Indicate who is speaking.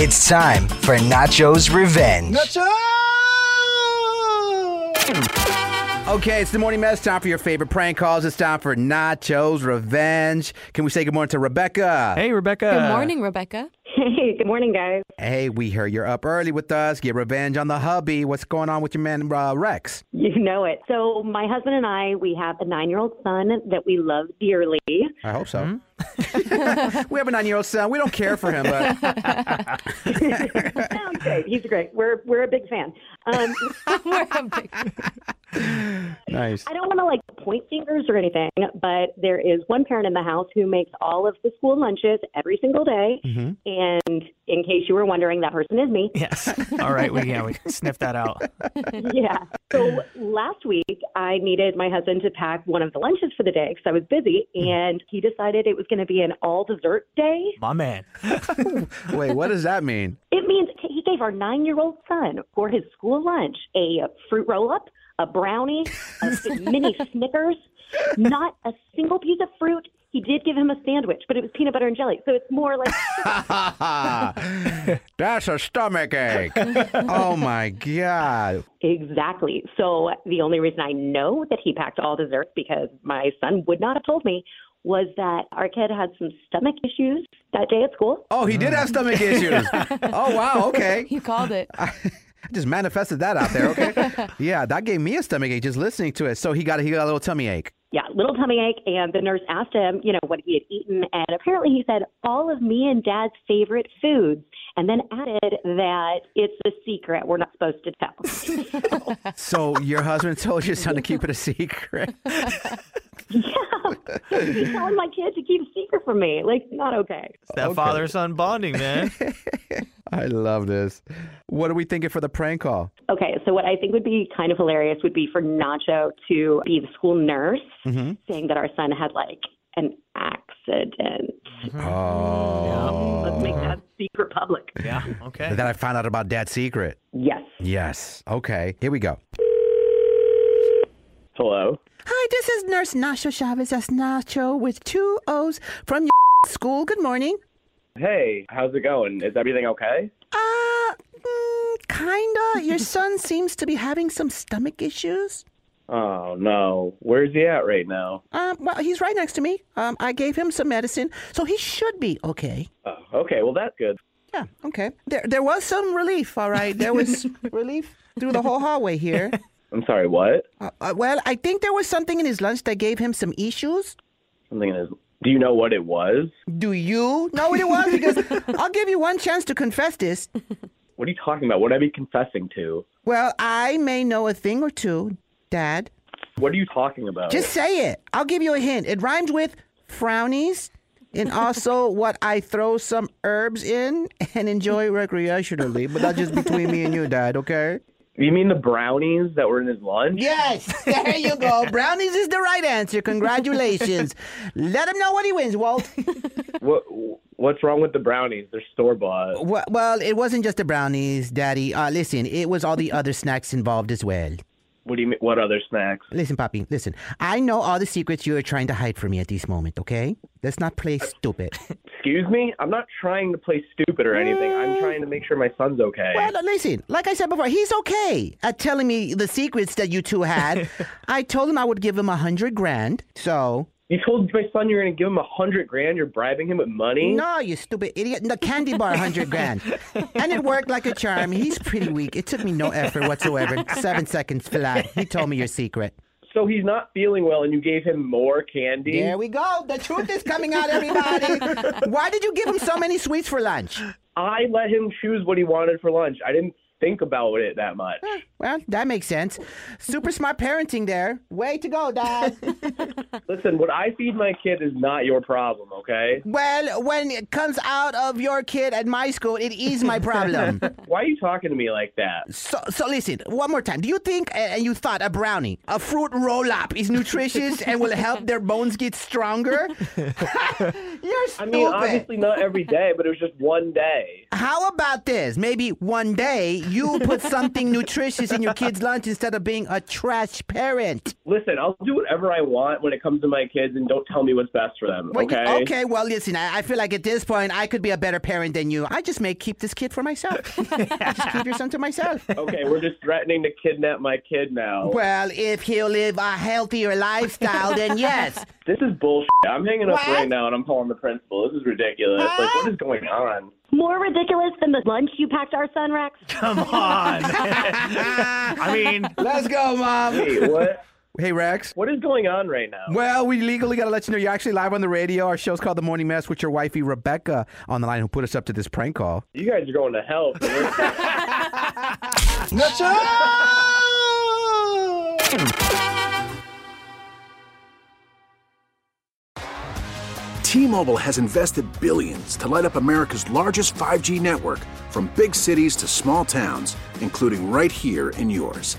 Speaker 1: It's time for Nacho's Revenge.
Speaker 2: Okay, it's the morning mess. Time for your favorite prank calls. It's time for Nacho's Revenge. Can we say good morning to Rebecca?
Speaker 3: Hey, Rebecca.
Speaker 2: Uh.
Speaker 4: Good morning, Rebecca.
Speaker 5: Hey, good morning, guys.
Speaker 2: Hey, we hear you're up early with us. Get revenge on the hubby. What's going on with your man, uh, Rex?
Speaker 5: You know it. So, my husband and I, we have a nine year old son that we love dearly.
Speaker 2: I hope so. we have a nine year old son. We don't care for him, but
Speaker 5: Sounds great. He's great. We're, we're a big fan. Um,
Speaker 2: nice.
Speaker 5: I don't want to like point fingers or anything, but there is one parent in the house who makes all of the school lunches every single day. And in case you were wondering, that person is me.
Speaker 3: Yes. All right. We, yeah, we sniffed that out.
Speaker 5: yeah. So last week, I needed my husband to pack one of the lunches for the day because I was busy, and he decided it was going to be an all dessert day.
Speaker 3: My man.
Speaker 2: Wait, what does that mean?
Speaker 5: It means he gave our nine year old son for his school lunch a fruit roll up, a brownie, a mini Snickers, not a single piece of fruit. He did give him a sandwich, but it was peanut butter and jelly. So it's more like
Speaker 2: That's a stomach ache. oh my god.
Speaker 5: Exactly. So the only reason I know that he packed all desserts because my son would not have told me was that our kid had some stomach issues that day at school.
Speaker 2: Oh, he did have stomach issues. oh wow. Okay. Uh.
Speaker 4: You called it.
Speaker 2: I just manifested that out there. Okay. yeah, that gave me a stomach ache just listening to it. So he got he got a little tummy ache.
Speaker 5: Yeah, little tummy ache. And the nurse asked him, you know, what he had eaten. And apparently he said, all of me and dad's favorite foods. And then added that it's a secret. We're not supposed to tell.
Speaker 2: So your husband told your son to keep it a secret.
Speaker 5: He's telling my kid to keep a secret from me. Like, not okay.
Speaker 3: It's that father son bonding, man.
Speaker 2: I love this. What are we thinking for the prank call?
Speaker 5: Okay, so what I think would be kind of hilarious would be for Nacho to be the school nurse, saying that our son had like an accident.
Speaker 2: Oh.
Speaker 5: Let's make that secret public.
Speaker 3: yeah. Okay.
Speaker 2: Then I found out about dad's secret.
Speaker 5: Yes.
Speaker 2: Yes. Okay. Here we go.
Speaker 6: Hello.
Speaker 7: Hi, this is Nurse Nacho Chavez. That's Nacho with two O's from your school. Good morning.
Speaker 6: Hey, how's it going? Is everything okay?
Speaker 7: Uh, mm, kinda. Your son seems to be having some stomach issues.
Speaker 6: Oh no, where's he at right now?
Speaker 7: Um, well, he's right next to me. Um, I gave him some medicine, so he should be okay.
Speaker 6: Oh, okay, well that's good.
Speaker 7: Yeah, okay. There, there was some relief. All right, there was relief through the whole hallway here.
Speaker 6: I'm sorry, what?
Speaker 7: Uh, uh, well, I think there was something in his lunch that gave him some issues.
Speaker 6: Something in his. Do you know what it was?
Speaker 7: Do you know what it was? Because I'll give you one chance to confess this.
Speaker 6: What are you talking about? What would I be confessing to?
Speaker 7: Well, I may know a thing or two, Dad.
Speaker 6: What are you talking about?
Speaker 7: Just say it. I'll give you a hint. It rhymed with frownies and also what I throw some herbs in and enjoy recreationally. But that's just between me and you, Dad, okay?
Speaker 6: You mean the brownies that were in his lunch?
Speaker 7: Yes, there you go. Brownies is the right answer. Congratulations. Let him know what he wins, Walt.
Speaker 6: What What's wrong with the brownies? They're store bought.
Speaker 7: Well, well, it wasn't just the brownies, Daddy. Uh, listen, it was all the other snacks involved as well.
Speaker 6: What do you mean? What other snacks?
Speaker 7: Listen, Poppy, listen. I know all the secrets you are trying to hide from me at this moment, okay? Let's not play stupid.
Speaker 6: Excuse me? I'm not trying to play stupid or anything. I'm trying to make sure my son's okay.
Speaker 7: Well, no, listen, like I said before, he's okay at telling me the secrets that you two had. I told him I would give him a hundred grand, so
Speaker 6: You told my son you're going to give him a hundred grand. You're bribing him with money.
Speaker 7: No, you stupid idiot. The candy bar, 100 grand. And it worked like a charm. He's pretty weak. It took me no effort whatsoever. Seven seconds flat. He told me your secret.
Speaker 6: So he's not feeling well, and you gave him more candy.
Speaker 7: There we go. The truth is coming out, everybody. Why did you give him so many sweets for lunch?
Speaker 6: I let him choose what he wanted for lunch. I didn't think about it that much.
Speaker 7: Well, that makes sense. Super smart parenting there. Way to go, Dad.
Speaker 6: Listen, what I feed my kid is not your problem, okay?
Speaker 7: Well, when it comes out of your kid at my school, it is my problem.
Speaker 6: Why are you talking to me like that?
Speaker 7: So, so listen, one more time. Do you think, uh, and you thought a brownie, a fruit roll up is nutritious and will help their bones get stronger? You're stupid.
Speaker 6: I mean, obviously not every day, but it was just one day.
Speaker 7: How about this? Maybe one day you put something nutritious in your kid's lunch instead of being a trash parent.
Speaker 6: Listen, I'll do whatever I want when it comes to my kids, and don't tell me what's best for them,
Speaker 7: Well,
Speaker 6: okay?
Speaker 7: Okay, well, listen, I, I feel like at this point I could be a better parent than you. I just may keep this kid for myself. just keep your son to myself.
Speaker 6: Okay, we're just threatening to kidnap my kid now.
Speaker 7: Well, if he'll live a healthier lifestyle, then yes.
Speaker 6: This is bullshit. I'm hanging up
Speaker 7: What?
Speaker 6: right now, and I'm calling the principal. This is ridiculous. Like, what is going on?
Speaker 5: More ridiculous than the lunch you packed our son, Rex.
Speaker 3: Come on. I mean,
Speaker 2: Let's go, mom.
Speaker 6: Hey, what?
Speaker 2: Hey, Rex.
Speaker 6: What is going on right now?
Speaker 2: Well, we legally got to let you know you're actually live on the radio. Our show's called The Morning Mess with your wifey, Rebecca, on the line who put us up to this prank call.
Speaker 6: You guys are going to hell. dude.
Speaker 8: T-Mobile has invested billions to light up America's largest 5G network from big cities to small towns, including right here in yours.